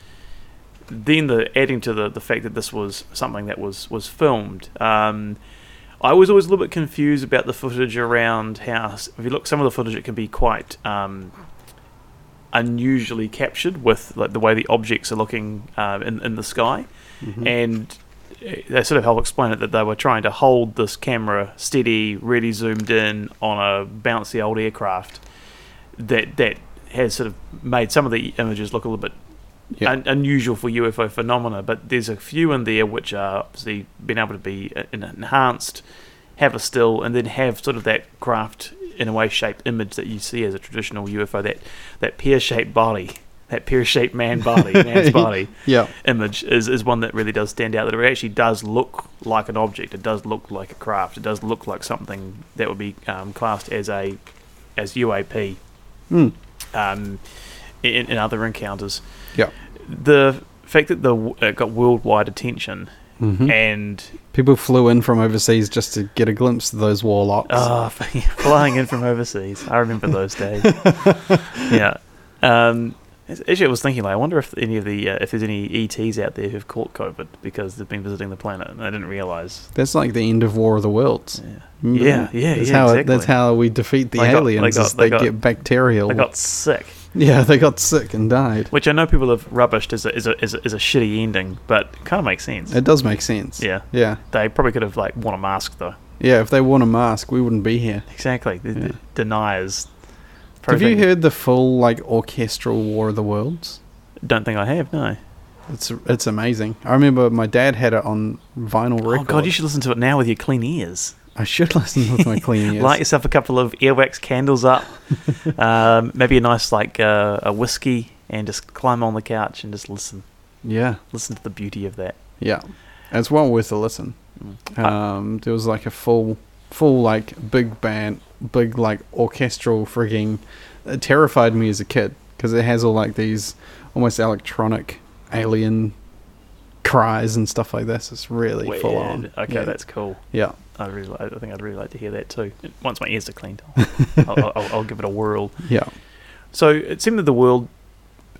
Then the adding to the the fact that this was something that was was filmed. Um, I was always a little bit confused about the footage around how s- if you look some of the footage it can be quite um, unusually captured with like the way the objects are looking um, in in the sky and uh, they sort of help explain it that they were trying to hold this camera steady, really zoomed in on a bouncy old aircraft that that has sort of made some of the images look a little bit
Yeah.
un- unusual for UFO phenomena. But there's a few in there which are obviously been able to be en- enhanced, have a still, and then have sort of that craft in a way shaped image that you see as a traditional UFO that that pear shaped body, that pear shaped man body, man's body
Yeah,
image is, is one that really does stand out. That it actually does look like an object. It does look like a craft. It does look like something that would be um, classed as a as UAP
Mm.
um, in, in other encounters.
yeah.
The fact that the w- it got worldwide attention
Mhm.
and
People flew in from overseas just to get a glimpse of those warlocks.
Ah, flying in from overseas. I remember those days. yeah. Um, actually, I was thinking, like, I wonder if any of the uh, if there's any ETs out there who've caught COVID because they've been visiting the planet, and I didn't realize.
That's like the end of War of the Worlds.
Yeah.
Remember
Yeah,
that?
yeah,
that's
yeah,
How
exactly.
That's how we defeat the
They got- they
aliens.
got-
is
they
they
got-
get bacterial.
I got sick,
yeah, they got sick and died.
which I know people have rubbished as a as a as a, as a shitty ending, but it kind of makes sense.
It does make sense.
Yeah.
yeah,
They probably could have like worn a mask though.
yeah. If they worn a mask, we wouldn't be here.
Exactly. The, the
Yeah.
deniers.
Have you
Probably-
heard the full like orchestral War of the Worlds?
Don't think I have. No.
It's it's amazing. I remember my dad had it on vinyl record.
Oh god, you should listen to it now with your clean ears.
I should listen with my clean ears.
Light yourself a couple of earwax candles up, um, maybe a nice like uh, a whiskey, and just climb on the couch and just listen.
yeah,
Listen to the beauty of that.
yeah. It's well worth a listen.
Mm. Uh,
Um, there was like a full, full like big band, big like orchestral frigging. It terrified me as a kid because it has all like these almost electronic alien cries and stuff like this. It's really
Weird.
full on.
Okay,
yeah.
that's cool.
yeah.
I really, li- I think I'd really like to hear that too. Once my ears are cleaned, I'll, I'll, I'll, I'll give it a whirl.
Yeah.
So it seemed that the world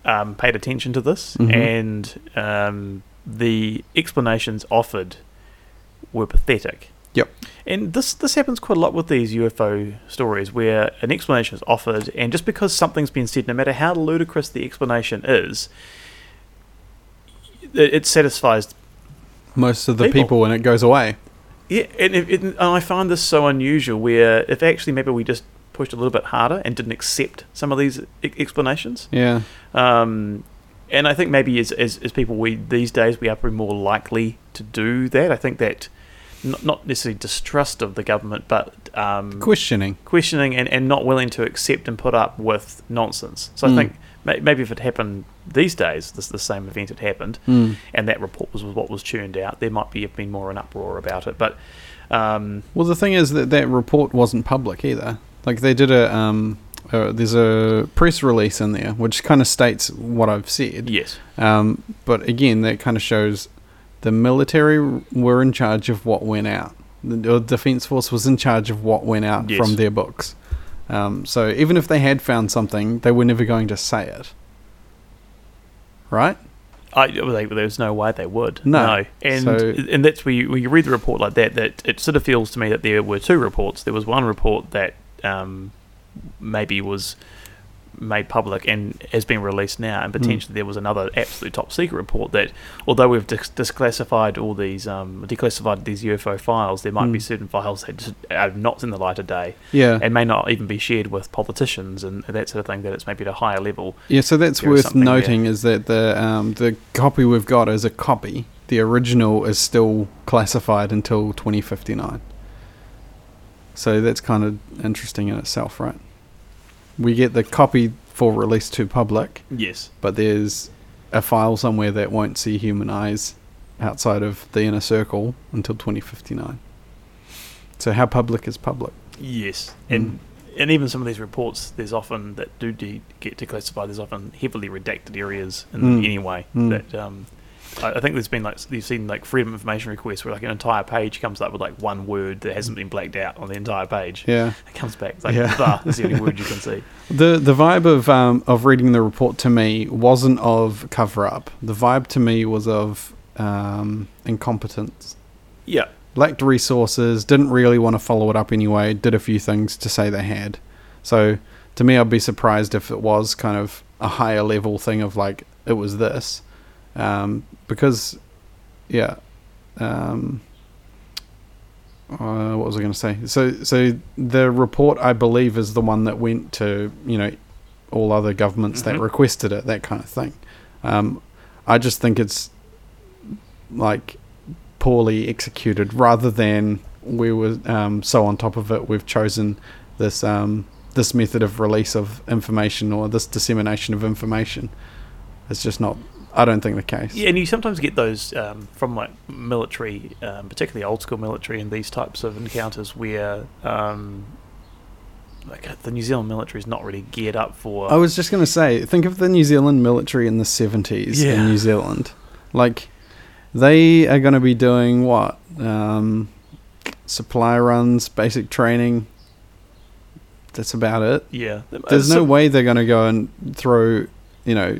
um, paid attention to this,
Mhm.
and um, the explanations offered were pathetic.
Yep.
And this this happens quite a lot with these UFO stories, where an explanation is offered, and just because something's been said, no matter how ludicrous the explanation is, it, it satisfies
Most of the
People.
people, and it goes away.
yeah, and, it, it, and I find this so unusual. Where if actually maybe we just pushed a little bit harder and didn't accept some of these e- explanations,
Yeah.
um, and I think maybe as, as, as people we these days we are probably more likely to do that. I think that not, not necessarily distrust of the government, but um,
Questioning.
questioning and, and not willing to accept and put up with nonsense. So
Mm.
I think may, maybe if it happened these days, this the same event had happened,
Mm.
and that report was, was what was tuned out, there might be have been more an uproar about it. But um,
Well, the thing is that that report wasn't public either. Like they did a um, uh, there's a press release in there which kind of states what I've said.
yes,
Um, but again, that kind of shows the military were in charge of what went out. The the Defense Force was in charge of what went out
Yes.
from their books. Um, so even if they had found something, they were never going to say it. Right?
I, well, they, there was no way they would.
No.
and
So-
and that's where you, when you read the report like that, that it sort of feels to me that there were two reports. There was one report that um, maybe was made public and has been released now,
Hmm.
and potentially there was another absolute top secret report that, although we've dis- disclassified all these, um, declassified these UFO files, there might be
Mm.
certain files that just are not in the light of day
Yeah.
and may not even be shared with politicians and that sort of thing. That it's maybe at a higher level.
Yeah, so that's
there is
worth
something there.
noting is that the um, the copy we've got is a copy. The original is still classified until 2059. So that's kind of interesting in itself, right? We get the copy for release to public,
Yes.
but there's a file somewhere that won't see human eyes outside of the inner circle until 2059. So how public is public?
Yes,
Hmm.
and and even some of these reports, there's often that do de- get declassified. There's often heavily redacted areas in
Mm.
any way
Mm.
that. Um, I I think there's been like you've seen like freedom of information requests where like an entire page comes up with like one word that hasn't been blacked out on the entire page.
Yeah.
It comes back it's like
Yeah.
"The" is the only word you can see.
The the vibe of um, of reading the report to me wasn't of cover up. The vibe to me was of um, incompetence.
Yeah,
Lacked resources. Didn't really want to follow it up anyway. Did a few things to say they had. So to me, I'd be surprised if it was kind of a higher level thing of like it was this, um, because yeah. Um, uh, what was I going to say? So, so the report I believe is the one that went to you know all other governments that
Mhm.
requested it, that kind of thing. Um, I just think it's like poorly executed, rather than we were um, so on top of it. We've chosen this um, this method of release of information or this dissemination of information. It's just not. I don't think the case.
yeah, and you sometimes get those um, from like military, um, particularly old school military, and these types of encounters where um, like the New Zealand military is not really geared up for.
I was just going to say, think of the New Zealand military in the 70s in
Yeah.
New Zealand. Like, they are going to be doing what? Um, supply runs, basic training. That's about it.
Yeah,
There's no
Uh, So-
way they're going to go and throw, you know,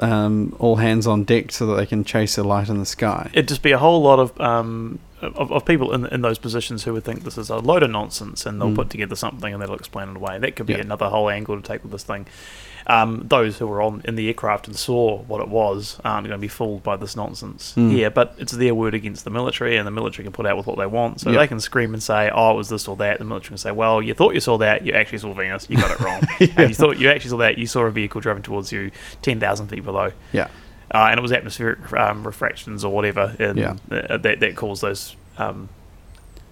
um, all hands on deck so that they can chase a light in the sky.
It'd just be a whole lot of um, of, of people in, in those positions who would think this is a load of nonsense, and they'll
Mm.
put together something and that'll explain it away. That could be
Yeah.
another whole angle to take with this thing. Um, those who were on in the aircraft and saw what it was aren't going to be fooled by this nonsense
Mm.
here. But it's their word against the military, and the military can put out with what they want. So
Yeah.
they can scream and say, "Oh, it was this or that." The military can say, "Well, you thought you saw that. You actually saw Venus. You got it wrong.
Yeah.
and you thought you actually saw that. You saw a vehicle driving towards you, ten thousand feet below."
Yeah.
uh, and it was atmospheric um, refractions or whatever, and
Yeah.
uh, that that caused those um,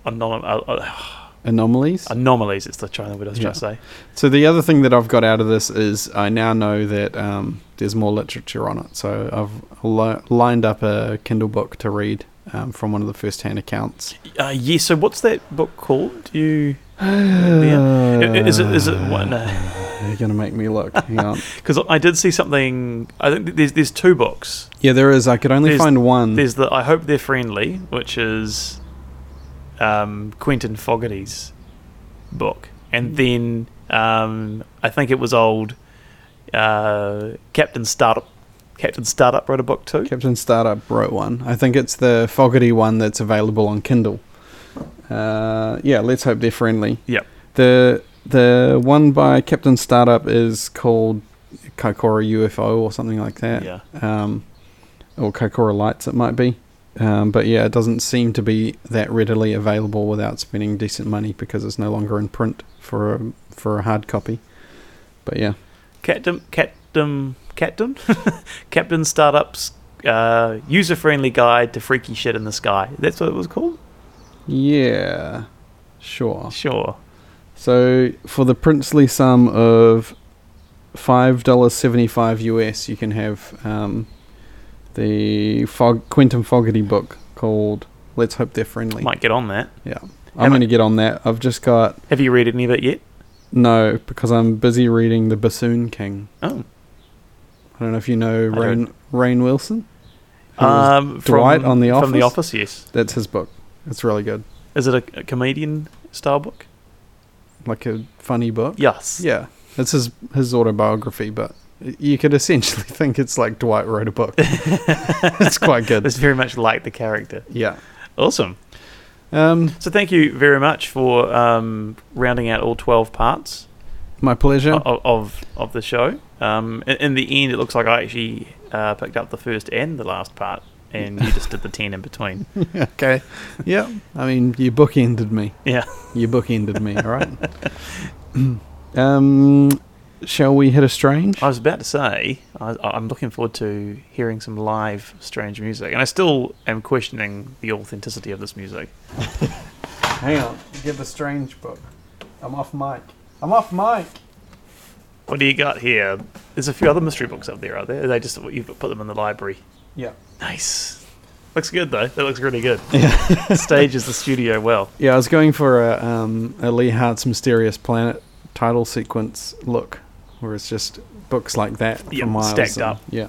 anom- uh, uh,
Anomalies?
anomalies. It's the China word I was trying to say.
So the other thing that I've got out of this is I now know that um, there's more literature on it. So I've li- lined up a Kindle book to read um, from one of the first-hand accounts.
Uh, yeah. So what's that book called? Do you Yeah. I- i- is it is it one?
You're gonna make me look. Hang on.
Because I did see something. I think that there's there's two books.
Yeah, there is. I could only
There's-
find one.
There's the I hope they're friendly, which is um, Quentin Fogarty's book,
Hmm.
and then um, I think it was old uh, Captain Startup. Captain Startup wrote a book too.
Captain Startup wrote one. I think it's the Fogarty one that's available on Kindle. Uh, yeah, let's hope they're friendly.
Yep.
The the one by Captain Startup is called Kaikoura UFO or something like that.
Yeah.
um, or Kokora Lights, it might be. Um, but yeah, it doesn't seem to be that readily available without spending decent money because it's no longer in print for a, for a hard copy. But yeah,
Captain Captain Captain, Captain Startups uh, User Friendly Guide to Freaky Shit in the Sky. That's what it was called.
Yeah. Sure.
Sure.
So for the princely sum of five dollars seventy five US, you can have um, the Fog- Quentin Fogarty book called "Let's Hope They're Friendly."
Might get on that.
Yeah,
Have
I'm going to get on that. I've just got
Have you read any of it yet?
no because I'm busy reading the Bassoon King.
Oh,
I don't know if you know
I
Rain Rain Wilson. who was-
um,
Dwight on The
From the
Office?
Office, yes.
that's his book. It's really good,
Is it a, a comedian style book?
like a funny book.
Yes.
Yeah, it's his his autobiography, but you could essentially think it's like Dwight wrote a book. it's quite good.
It's very much like the character.
Yeah.
Awesome.
Um,
So thank you very much for um, rounding out all 12 parts
my pleasure.
o- of, of, the show. Um, in, in the end, it looks like I actually uh, picked up the first and the last part, and you just did the 10 in between.
okay. Yeah. I mean, you bookended me.
Yeah.
You bookended me. All right. um, shall we hit a strange?
I was about to say, I, I'm looking forward to hearing some live strange music, and I still am questioning the authenticity of this music.
Hang on. Give the strange book. I'm off mic. I'm off mic.
What do you got here? There's a few other mystery books up there, are there? They just you've put them in the library.
Yeah.
Nice. Looks good though. That looks really good. Stages the studio well.
Yeah, I was going for a, um, a Lee Hart's Mysterious Planet title sequence look, where it's just books like that
Yeah,
for miles.
stacked
and-
up.
Yeah.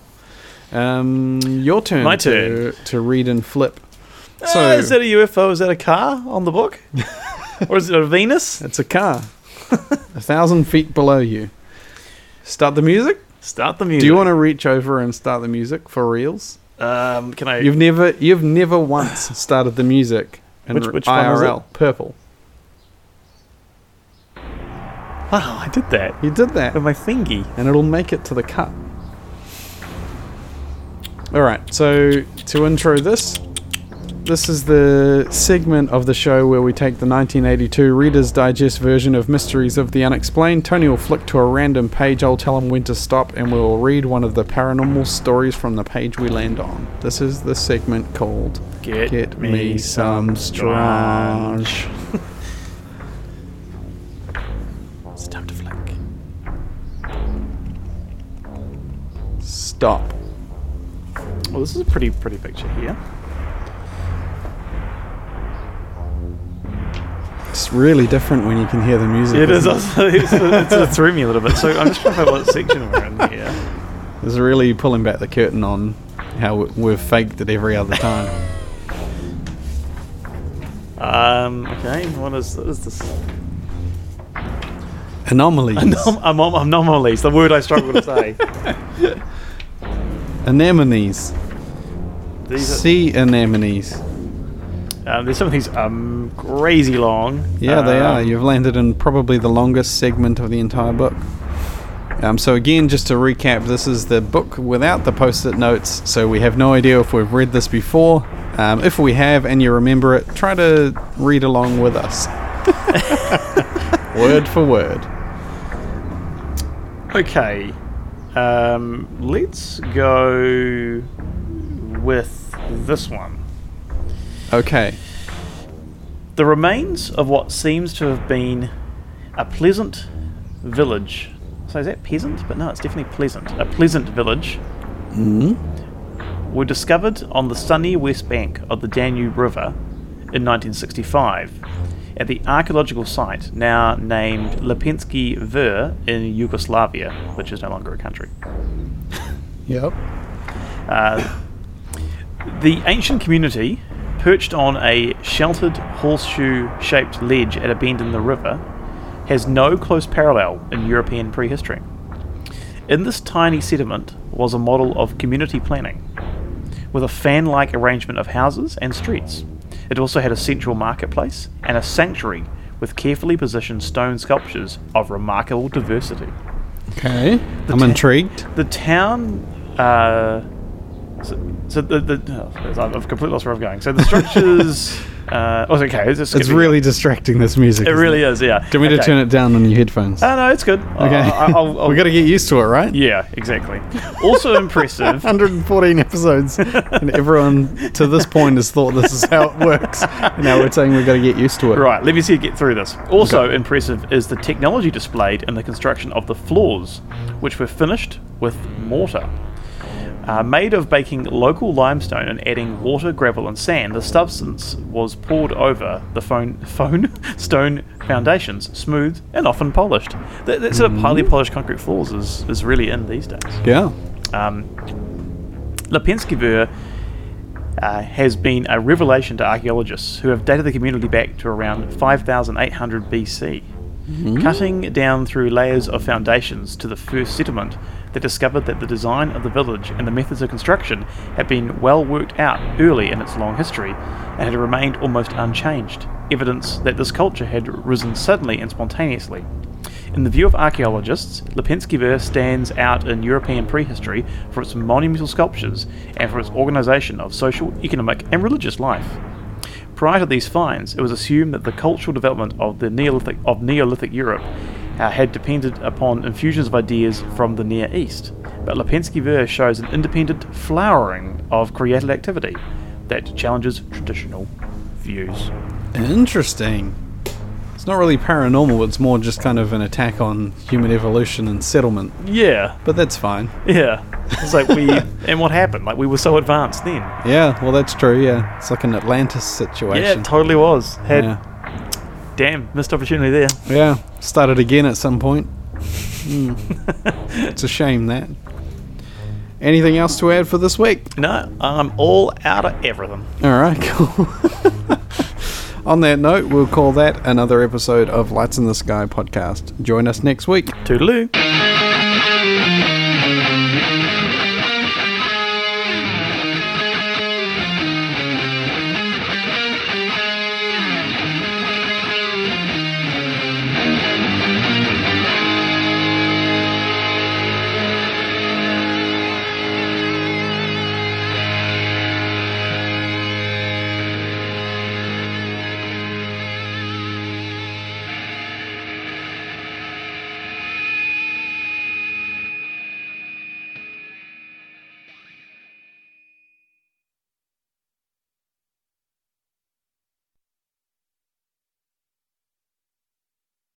Um, your turn.
My
to- to read and flip. So-
Ah, is that a UFO? Is that a car on the book? or is it a Venus?
It's a car. a thousand feet below you. Start the music?
Start the music.
Do you want to reach over and start the music for reals?
to? Um, can I?
You've never you've never once started the music in
Which-
r-
which one was
IRL. Purple.
Wow, Oh, I did that
You did that.
with my thingy.
And it'll make it to the cut. Alright, so to intro this, this is the segment of the show where we take the 1982 Reader's Digest version of Mysteries of the Unexplained. Tony will flick to a random page, I'll tell him when to stop, and we'll read one of the paranormal stories from the page we land on. This is the segment called
Get Me Some Strange. It's time to flick.
Stop.
Well, this is a pretty pretty picture here.
It's really different when you can hear the music.
It is
isn't
also it's, it sort of threw me a little bit. So I'm just trying to find what section we're in here.
It's really pulling back the curtain on how we- we've faked it every other time.
Um, okay, what is what is this?
Anomalies.
Anom- anom- anomalies. The word I struggle to say.
Anemones.
These
Sea anemones.
are, um, there's some of these um crazy long.
Yeah, they are.
um,
You've landed in probably the longest segment of the entire book. Um, so, again, just to recap, this is the book without the post it notes, so we have no idea if we've read this before. Um, if we have and you remember it, try to read along with us. word for word.
Okay. Um, let's go with this one.
Okay.
The remains of what seems to have been a pleasant village. So is that peasant? But no, it's definitely pleasant. A pleasant village. Were discovered on the sunny west bank of the Danube River in 1965 at the archaeological site now named Lepenski Ver in Yugoslavia, which is no longer a country.
Yep.
Uh, the ancient community, perched on a sheltered horseshoe shaped ledge at a bend in the river, has no close parallel in European prehistory. In this tiny settlement was a model of community planning, with a fan like arrangement of houses and streets. It also had a central marketplace and a sanctuary with carefully positioned stone sculptures of remarkable diversity.
Okay. I'm intrigued.
The town. Uh, so, so the, the oh, I've I've completely lost where I'm going. So the structures Uh, oh, it's okay. It's, just
It's
gonna be-
really distracting, this music.
It
isn't
really is. Yeah.
Do we need to
Okay.
turn it down on your headphones?
Oh no, it's good. Okay.
okay.
I'll, I'll, I'll,
we got to get used to it, right?
Yeah, exactly. Also impressive.
114 episodes, and everyone to this point has thought this is how it works. And now we're saying we've got to get used to it.
Right, let me see you get through this. Also impressive is the technology displayed in the construction of the floors, which were finished with mortar. Uh, made of baking local limestone and adding water, gravel, and sand, the substance was poured over the phone, phone stone foundations, smooth and often polished. That, that sort of highly polished concrete floors is, is really in these days.
Yeah.
Um, Lepenskivir uh, has been a revelation to archaeologists who have dated the community back to around 5,800 BC, cutting down through layers of foundations to the first settlement. They discovered that the design of the village and the methods of construction had been well worked out early in its long history and had remained almost unchanged, evidence that this culture had risen suddenly and spontaneously. In the view of archaeologists, Lepenskiver stands out in European prehistory for its monumental sculptures and for its organisation of social, economic, and religious life. Prior to these finds, it was assumed that the cultural development of the Neolithic of Neolithic Europe uh, had depended upon infusions of ideas from the Near East. But Lepenskiver shows an independent flowering of creative activity that challenges traditional views.
Interesting. It's not really paranormal, it's more just kind of an attack on human evolution and settlement.
Yeah,
But that's fine.
yeah. It's like we and what happened? Like we were so advanced then.
Yeah, well, that's true, yeah. It's like an Atlantis situation.
Yeah, it totally was. Had
yeah.
damn missed opportunity there.
Yeah, started again at some point. Hmm. it's a shame that. Anything else to add for this week?
No, I'm all out of everything.
All right, cool. On that note, we'll call that another episode of Lights in the Sky podcast. Join us next week.
Toodaloo.